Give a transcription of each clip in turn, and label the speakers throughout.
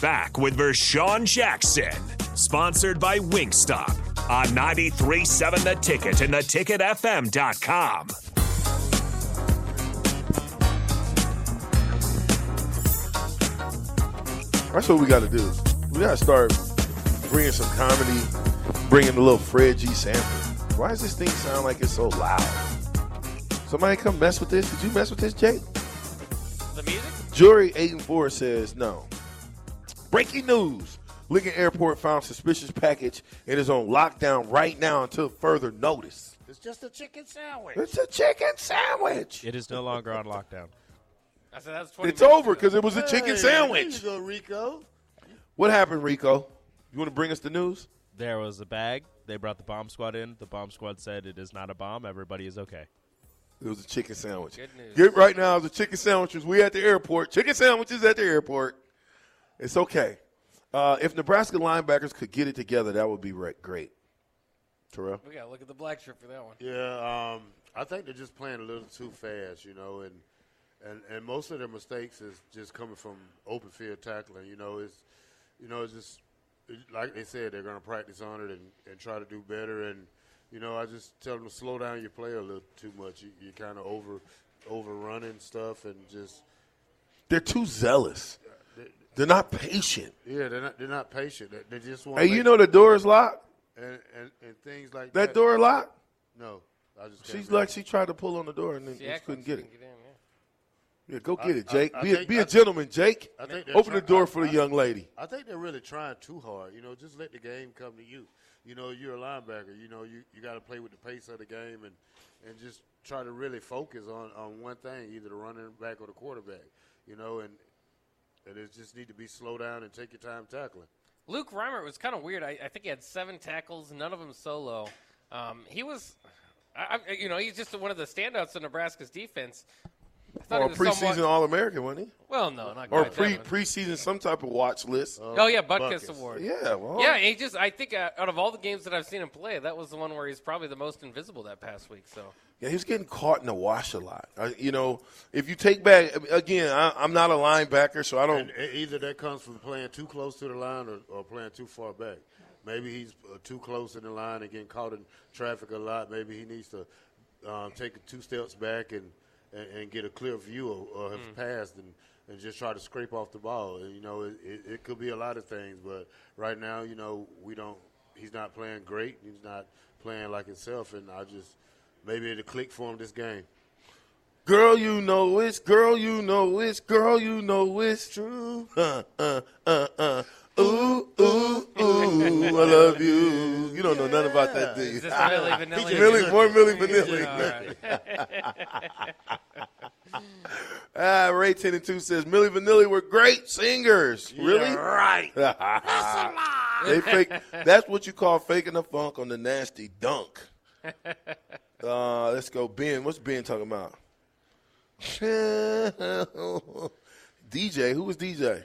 Speaker 1: Back with Vershawn Jackson, sponsored by Wingstop on 93.7 The Ticket and theticketfm.com.
Speaker 2: That's what we got to do. We got to start bringing some comedy, bringing a little Fred G. Sanford. Why does this thing sound like it's so loud? Somebody come mess with this. Did you mess with this, Jake?
Speaker 3: The music?
Speaker 2: Jury 8 and 4 says no. Breaking news. Lincoln Airport found suspicious package and is on lockdown right now until further notice.
Speaker 4: It's just a chicken sandwich.
Speaker 2: It's a chicken sandwich.
Speaker 5: It is no longer on lockdown.
Speaker 3: I said that's 20
Speaker 2: It's
Speaker 3: minutes
Speaker 2: over
Speaker 3: ago.
Speaker 2: because it was a chicken sandwich.
Speaker 4: There you go, Rico.
Speaker 2: What happened, Rico? You want to bring us the news?
Speaker 5: There was a bag. They brought the bomb squad in. The bomb squad said it is not a bomb. Everybody is okay.
Speaker 2: It was a chicken sandwich.
Speaker 3: Good news.
Speaker 2: Get right now is a chicken sandwiches. We at the airport. Chicken sandwiches at the airport. It's okay. Uh, if Nebraska linebackers could get it together, that would be re- great. Terrell,
Speaker 3: We got to look at the black shirt for that one.
Speaker 4: Yeah, um, I think they're just playing a little too fast, you know, and and and most of their mistakes is just coming from open field tackling. You know, it's you know it's just it- like they said they're going to practice on it and, and try to do better. And you know, I just tell them to slow down your play a little too much. You, you're kind of over overrunning stuff and just
Speaker 2: they're too zealous. They're not patient.
Speaker 4: yeah, they're not they're not patient. They, they just want
Speaker 2: Hey, you know the door is locked.
Speaker 4: and, and and things like that.
Speaker 2: That door locked.
Speaker 4: No, I just can't
Speaker 2: She's
Speaker 4: remember.
Speaker 2: like she tried to pull on the door and then
Speaker 3: The
Speaker 2: just
Speaker 3: act
Speaker 2: couldn't
Speaker 3: ones
Speaker 2: get it.
Speaker 3: couldn't in, yeah.
Speaker 2: Yeah, go get it,
Speaker 4: I-
Speaker 2: Jake.
Speaker 4: I
Speaker 2: be a,
Speaker 4: think-
Speaker 2: be a
Speaker 4: I-
Speaker 2: gentleman, Jake.
Speaker 4: I think they're
Speaker 2: Open the
Speaker 4: try-
Speaker 2: door
Speaker 4: I-
Speaker 2: for the
Speaker 4: I-
Speaker 2: young lady.
Speaker 4: I think they're really trying too hard. You know, just let the game come to you. You know, you're a linebacker. You know, you, you got to play with the pace of the game and, and just try to really focus on, on one thing, either the running back or the quarterback. You know, and and it just need to be slow down and take your time tackling.
Speaker 3: Luke Reimer was kind of weird. I, I think he had seven tackles, none of them solo. Um, he was, I, I, you know, he's just one of the standouts of Nebraska's defense. I thought
Speaker 2: Or a
Speaker 3: he was somewhat-
Speaker 2: preseason All American, wasn't he?
Speaker 3: well, no, not
Speaker 2: Or
Speaker 3: quite that
Speaker 2: pre
Speaker 3: one.
Speaker 2: preseason some type of watch list.
Speaker 3: Oh yeah, Butkus
Speaker 4: Butkus.
Speaker 3: Award.
Speaker 2: yeah, well,
Speaker 3: Yeah, he just I think uh, out of all the games that I've seen him play, that was the one where he's probably the most invisible that past week. So
Speaker 2: Yeah, he was getting caught in the wash a lot. I, you know, if you take back again, I, I'm not a linebacker, so I don't.
Speaker 4: And e- either that comes from playing too close to the line or, or playing too far back. Maybe he's uh, too close in the line and getting caught in traffic a lot. Maybe he needs to um, take two steps back and, and, and get a clear view of, of his past and, and just try to scrape off the ball. And, you know, it, it, it could be a lot of things, but right now, you know, we don't. He's not playing great. He's not playing like himself, and I just maybe it'll click for him this game.
Speaker 2: Girl, you know it's. Girl, you know it's. Girl, you know it's true. Uh, uh, uh, uh. Ooh, ooh, ooh, I love you. You don't know nothing about that, do you?
Speaker 3: is this really vanilla?
Speaker 2: Millie, more Millie Vanilli.
Speaker 3: All right.
Speaker 2: Ah, Ray 10 and 2 says Millie Vanilli were great singers. really? Ah,
Speaker 4: right.
Speaker 2: They fake. That's what you call faking the funk on the nasty dunk. Uh, let's go, Ben. What's Ben talking about? DJ. Who is DJ?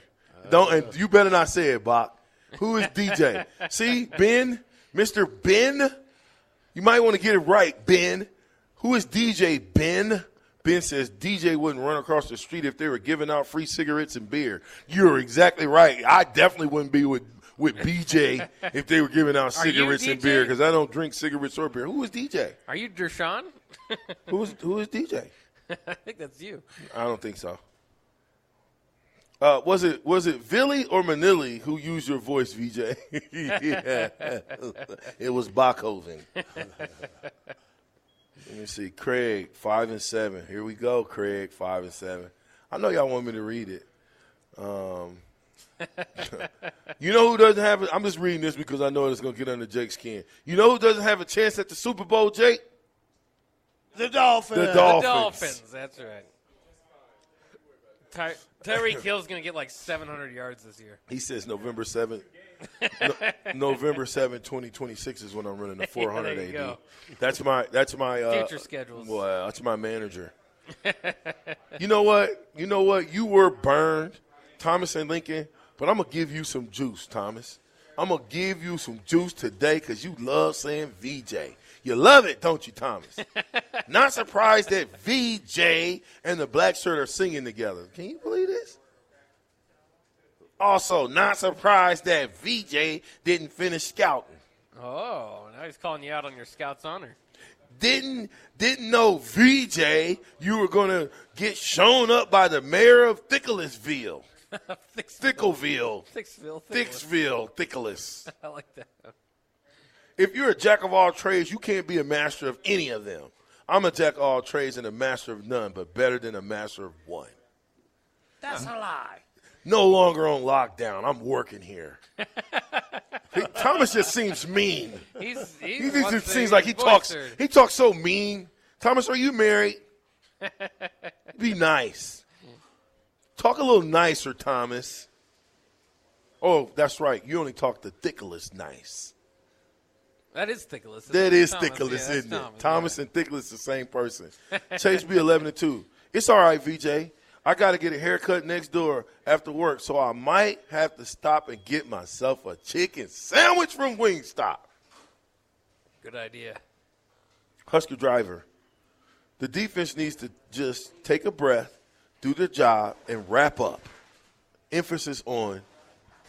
Speaker 2: Don't and you better not say it, Bach. Who is DJ? See, Ben, Mister Ben. You might want to get it right, Ben. Who is DJ Ben? Ben says DJ wouldn't run across the street if they were giving out free cigarettes and beer. You're exactly right. I definitely wouldn't be with with BJ if they were giving out
Speaker 3: Are you
Speaker 2: cigarettes and
Speaker 3: DJ?
Speaker 2: beer because I don't drink cigarettes or beer. Who is DJ?
Speaker 3: Are you Dershawn?
Speaker 2: Who is who is DJ?
Speaker 3: I think that's you.
Speaker 2: I don't think so. Uh, was it was it Villy or Manili who used your voice, VJ? yeah. it was Bachhoven. Let me see, Craig five and seven. Here we go, Craig five and seven. I know y'all want me to read it. Um, you know who doesn't have? A, I'm just reading this because I know it's gonna get under Jake's skin. You know who doesn't have a chance at the Super Bowl, Jake?
Speaker 4: The Dolphins.
Speaker 2: The Dolphins.
Speaker 3: Dolphins. That's right. Ty- Tyreek Hill's gonna get like 700 yards this year.
Speaker 2: He says November 7th. No- November 7th, 2026 is when I'm running the 400
Speaker 3: there you
Speaker 2: AD.
Speaker 3: go.
Speaker 2: That's my that's my uh,
Speaker 3: Future schedules.
Speaker 2: Well, that's my manager. you know what? You know what? You were burned, Thomas and Lincoln, but I'm going to give you some juice, Thomas. I'm going to give you some juice today cuz you love saying VJ. You love it, don't you, Thomas? Not surprised that VJ and the black shirt are singing together. Can you believe this? Also, not surprised that VJ didn't finish scouting.
Speaker 3: Oh, now he's calling you out on your scout's honor.
Speaker 2: Didn't didn't know VJ you were gonna get shown up by the mayor of Thicklesville. Thickleville.
Speaker 3: Thicksville. Thicksville.
Speaker 2: Thicksville, Thickless.
Speaker 3: I like that.
Speaker 2: If you're a jack of all trades, you can't be a master of any of them. I'm a jack of all trades and a master of none, but better than a master of one.
Speaker 3: That's a lie.
Speaker 2: No longer on lockdown. I'm working here. Hey, Thomas just seems mean.
Speaker 3: He's,
Speaker 2: He
Speaker 3: he's
Speaker 2: just
Speaker 3: wants to-
Speaker 2: seems like he
Speaker 3: he's
Speaker 2: talks.
Speaker 3: boisterous.
Speaker 2: He talks so mean. Thomas, are you married? Be nice. Talk a little nicer, Thomas. Oh, that's right. You only talk the thicklest nice.
Speaker 3: That is Thickless. isn't
Speaker 2: That
Speaker 3: it?
Speaker 2: is
Speaker 3: Thomas,
Speaker 2: Thickless,
Speaker 3: yeah, that's
Speaker 2: isn't it?
Speaker 3: Thomas,
Speaker 2: Thomas,
Speaker 3: yeah.
Speaker 2: and Thickless the same person. Chase B eleven and two. It's all right, VJ. I got to get a haircut next door after work, so I might have to stop and get myself a chicken sandwich from Wingstop.
Speaker 3: Good idea.
Speaker 2: Husker driver. The defense needs to just take a breath, do their job, and wrap up. Emphasis on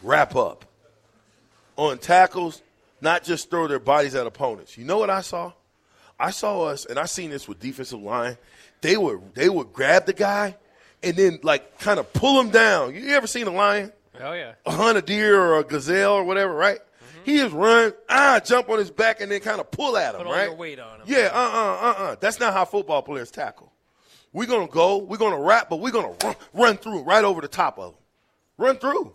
Speaker 2: wrap up. On tackles, not just throw their bodies at opponents. You know what I saw? I saw us, and I seen this with defensive line. They would they would grab the guy and then like kind of pull him down. You ever seen a lion?
Speaker 3: Oh, yeah.
Speaker 2: hunt a deer or a gazelle or whatever, right?
Speaker 3: Mm-hmm.
Speaker 2: He just run, ah, jump on his back and then kind of pull at him,
Speaker 3: Put all
Speaker 2: right?
Speaker 3: your weight on him.
Speaker 2: Yeah, uh, uh, uh, uh. That's not how football players tackle. We're gonna go, we're gonna wrap, but we're gonna run, run through right over the top of them. Run through.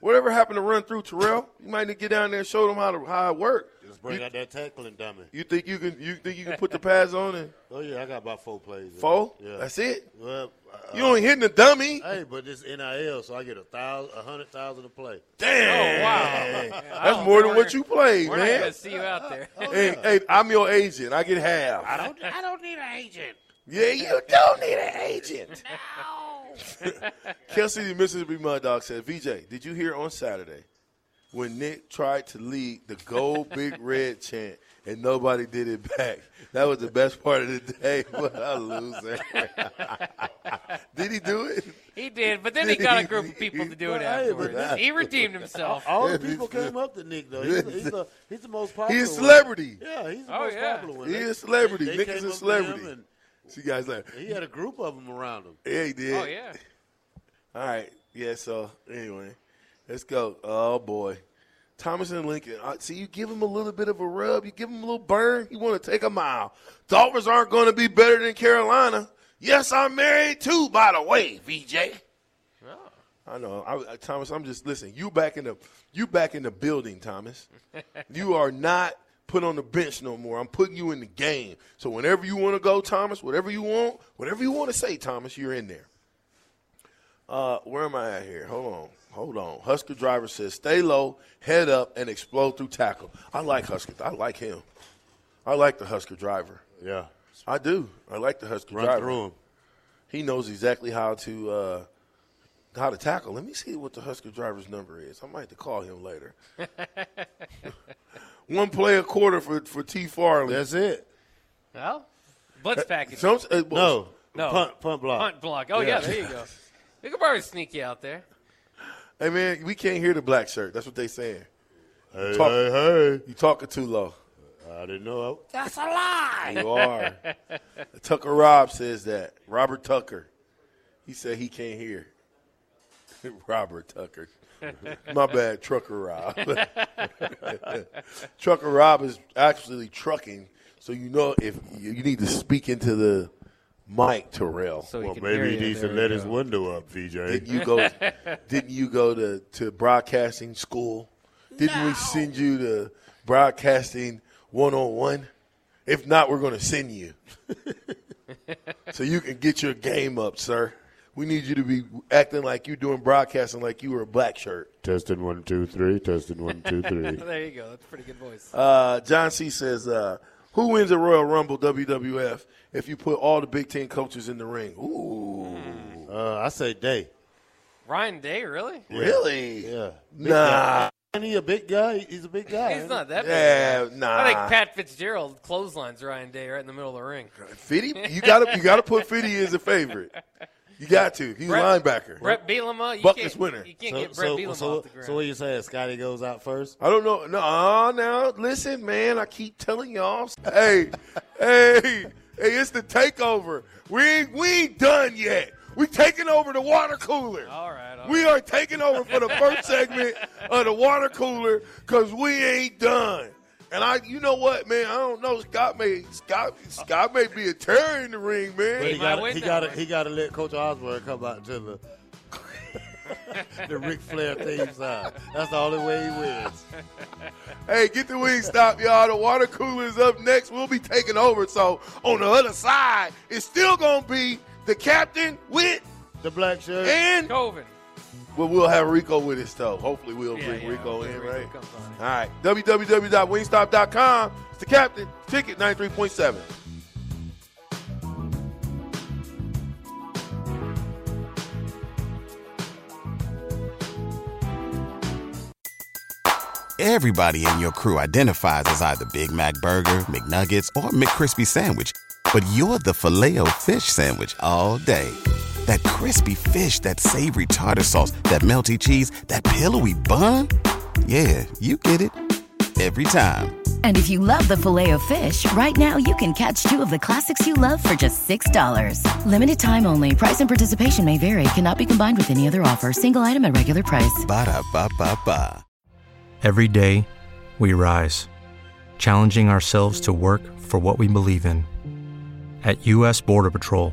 Speaker 2: Whatever happened to run through, Terrell? You might need to get down there and show them how to how it work.
Speaker 4: Just bring out that tackling dummy.
Speaker 2: You think you can? You think you can put the pads on and
Speaker 4: Oh yeah, I got about four plays. in.
Speaker 2: fold?
Speaker 4: Yeah.
Speaker 2: That's it.
Speaker 4: Well, uh,
Speaker 2: You ain't hitting the
Speaker 3: Oh,
Speaker 2: dummy.
Speaker 4: hey, but it's NIL, so I get a thousand, a hundred thousand a play.
Speaker 2: Damn.
Speaker 3: Oh, wow.
Speaker 2: That's more than what you played,
Speaker 3: We're not
Speaker 2: man.
Speaker 3: going to see you out there.
Speaker 2: Hey, hey, I'm your agent. I get half. I don't. I don't need an agent. Yeah, you don't need an agent. no. Kelsey, the Mississippi Mud Dog said, "VJ, did you hear on Saturday when Nick tried to lead the Go Big Red chant and nobody did it back? That was the best part of the day. What a loser! did he do it?
Speaker 3: He did, but then he got a group of people to do it
Speaker 4: Hey,
Speaker 3: afterwards.
Speaker 4: but-
Speaker 3: He redeemed himself.
Speaker 4: All the people came up to Nick though. He's, he's, the, he's the most popular.
Speaker 2: He's a
Speaker 4: one.
Speaker 2: celebrity.
Speaker 4: Yeah, he's the
Speaker 3: Oh,
Speaker 4: most
Speaker 3: yeah.
Speaker 4: popular one.
Speaker 2: He
Speaker 4: They-
Speaker 2: is a celebrity.
Speaker 4: they
Speaker 2: Nick
Speaker 4: came
Speaker 2: is a
Speaker 4: up to him,
Speaker 2: celebrity.
Speaker 4: and
Speaker 2: See you guys later.
Speaker 4: He had a group of them around him.
Speaker 2: Yeah, he did.
Speaker 3: Oh, yeah.
Speaker 2: All right. Yeah. So anyway, let's go. Oh boy, Thomas and Lincoln. Uh, see, you give him a little bit of a rub. You give him a little burn. You want to take a mile. Dolphins aren't going to be better than Carolina. Yes, I'm married too. By the way, VJ. I know, I, I, Thomas. I'm just listen. You back in the you back in the building, Thomas. you are not put on the bench no more. I'm putting you in the game. So whenever you want to go, Thomas, whatever you want, whatever you want to say, Thomas, you're in there. Uh, where am I at here? Hold on. Hold on. Husker driver says, stay low, head up, and explode through tackle. I like Husker. I like him. I like the Husker driver.
Speaker 4: Yeah,
Speaker 2: I do. I like the Husker
Speaker 4: run
Speaker 2: driver.
Speaker 4: through him.
Speaker 2: He knows exactly how to uh, how to tackle. Let me see what the Husker driver's number is. I might have to call him later. One play a quarter for, for T Farley.
Speaker 4: That's it.
Speaker 3: Well, blitz package.
Speaker 2: Some- uh, well,
Speaker 4: No,
Speaker 3: No.
Speaker 4: punt, punt block.
Speaker 3: Punt block. Oh, yeah, there you go. We could probably sneak you out there.
Speaker 2: Hey, man, we can't hear the black shirt. That's what they saying.
Speaker 4: Hey,
Speaker 2: Talk-
Speaker 4: hey,
Speaker 2: You talking too low.
Speaker 4: hey! I didn't know.
Speaker 2: You are. Tucker Rob says that. Robert Tucker. He said he can't hear. Robert Tucker. My bad, Trucker Rob. Trucker Rob is actually trucking, so you know if you, you need to speak into the mic, Terrell.
Speaker 3: So
Speaker 4: Well, maybe he needs to let his window up, VJ.
Speaker 2: Didn't you go? didn't you go to, to broadcasting school? Didn't we send you to broadcasting one on one? If not, we're going to send you so you can get your game up, sir. We need you to be acting like you doing broadcasting like you were a black shirt.
Speaker 4: Testing one, two, three. Testing one, two, three.
Speaker 3: Oh, There you go. That's a pretty good voice.
Speaker 2: Uh, John C says, uh, "Who wins a Royal Rumble WWF if you put all the Big Ten coaches in the ring?" Ooh,
Speaker 4: uh, I say day.
Speaker 3: Ryan Day, really?
Speaker 2: really?
Speaker 4: Yeah.
Speaker 2: Nah,
Speaker 4: Ain't he a big guy? He's a big guy.
Speaker 3: He's not that bad.
Speaker 2: yeah, nah.
Speaker 3: I think Pat Fitzgerald clotheslines Ryan Day right in the middle of the ring.
Speaker 2: Fitty, you gotta you gotta put Fitty as a favorite. You got to. He's a
Speaker 3: Brett-
Speaker 2: linebacker.
Speaker 3: Brett Bielema, you
Speaker 2: Buckner's
Speaker 3: can't,
Speaker 2: winner.
Speaker 3: You can't
Speaker 4: So-
Speaker 3: get Brett
Speaker 4: so-
Speaker 3: Bielema
Speaker 4: so-
Speaker 3: off the ground.
Speaker 4: so what you saying? Scotty goes out first.
Speaker 2: I don't know. No, uh, now listen, man. I keep telling y'all. Hey, hey, hey! It's the takeover. We ain't, we ain't done yet. We taking over the water cooler.
Speaker 3: All right, all
Speaker 2: we are taking over for the first segment of the water cooler because we ain't done. And I, you know what, man? I don't know. Scott may Scott Scott may be a terror in the ring, man.
Speaker 4: But he
Speaker 3: He might
Speaker 4: got
Speaker 3: win
Speaker 4: he
Speaker 3: that
Speaker 4: got
Speaker 3: one.
Speaker 4: he got to let Coach Osborne come out to the the Ric Flair theme song. That's the only way he wins.
Speaker 2: Hey, get the wing stop, y'all. The water cooler's up next. We'll be taking over. So on the other side, it's still gonna be the captain with
Speaker 4: The black shirt.
Speaker 2: and
Speaker 3: Coven.
Speaker 2: well, we'll have Rico with us though. Hopefully, we'll
Speaker 3: Yeah,
Speaker 2: bring
Speaker 3: yeah,
Speaker 2: Rico
Speaker 3: hopefully
Speaker 2: in,
Speaker 3: Rico
Speaker 2: right?
Speaker 3: comes on in.
Speaker 2: All right. www.wingstop.com. It's the captain. Ticket ninety three point seven.
Speaker 6: Everybody in your crew identifies as either Big Mac Burger, McNuggets, or McCrispy Sandwich. But you're the filet fish Sandwich all day. That crispy fish, that savory tartar sauce, that melty cheese, that pillowy bun. Yeah, you get it. Every time.
Speaker 7: And if you love the filet of fish, right now you can catch two of the classics you love for just $6. Limited time only. Price and participation may vary. Cannot be combined with any other offer. Single item at regular price.
Speaker 6: Ba-da-ba-ba-ba.
Speaker 8: Every day, we rise, challenging ourselves to work for what we believe in. At U.S. Border Patrol,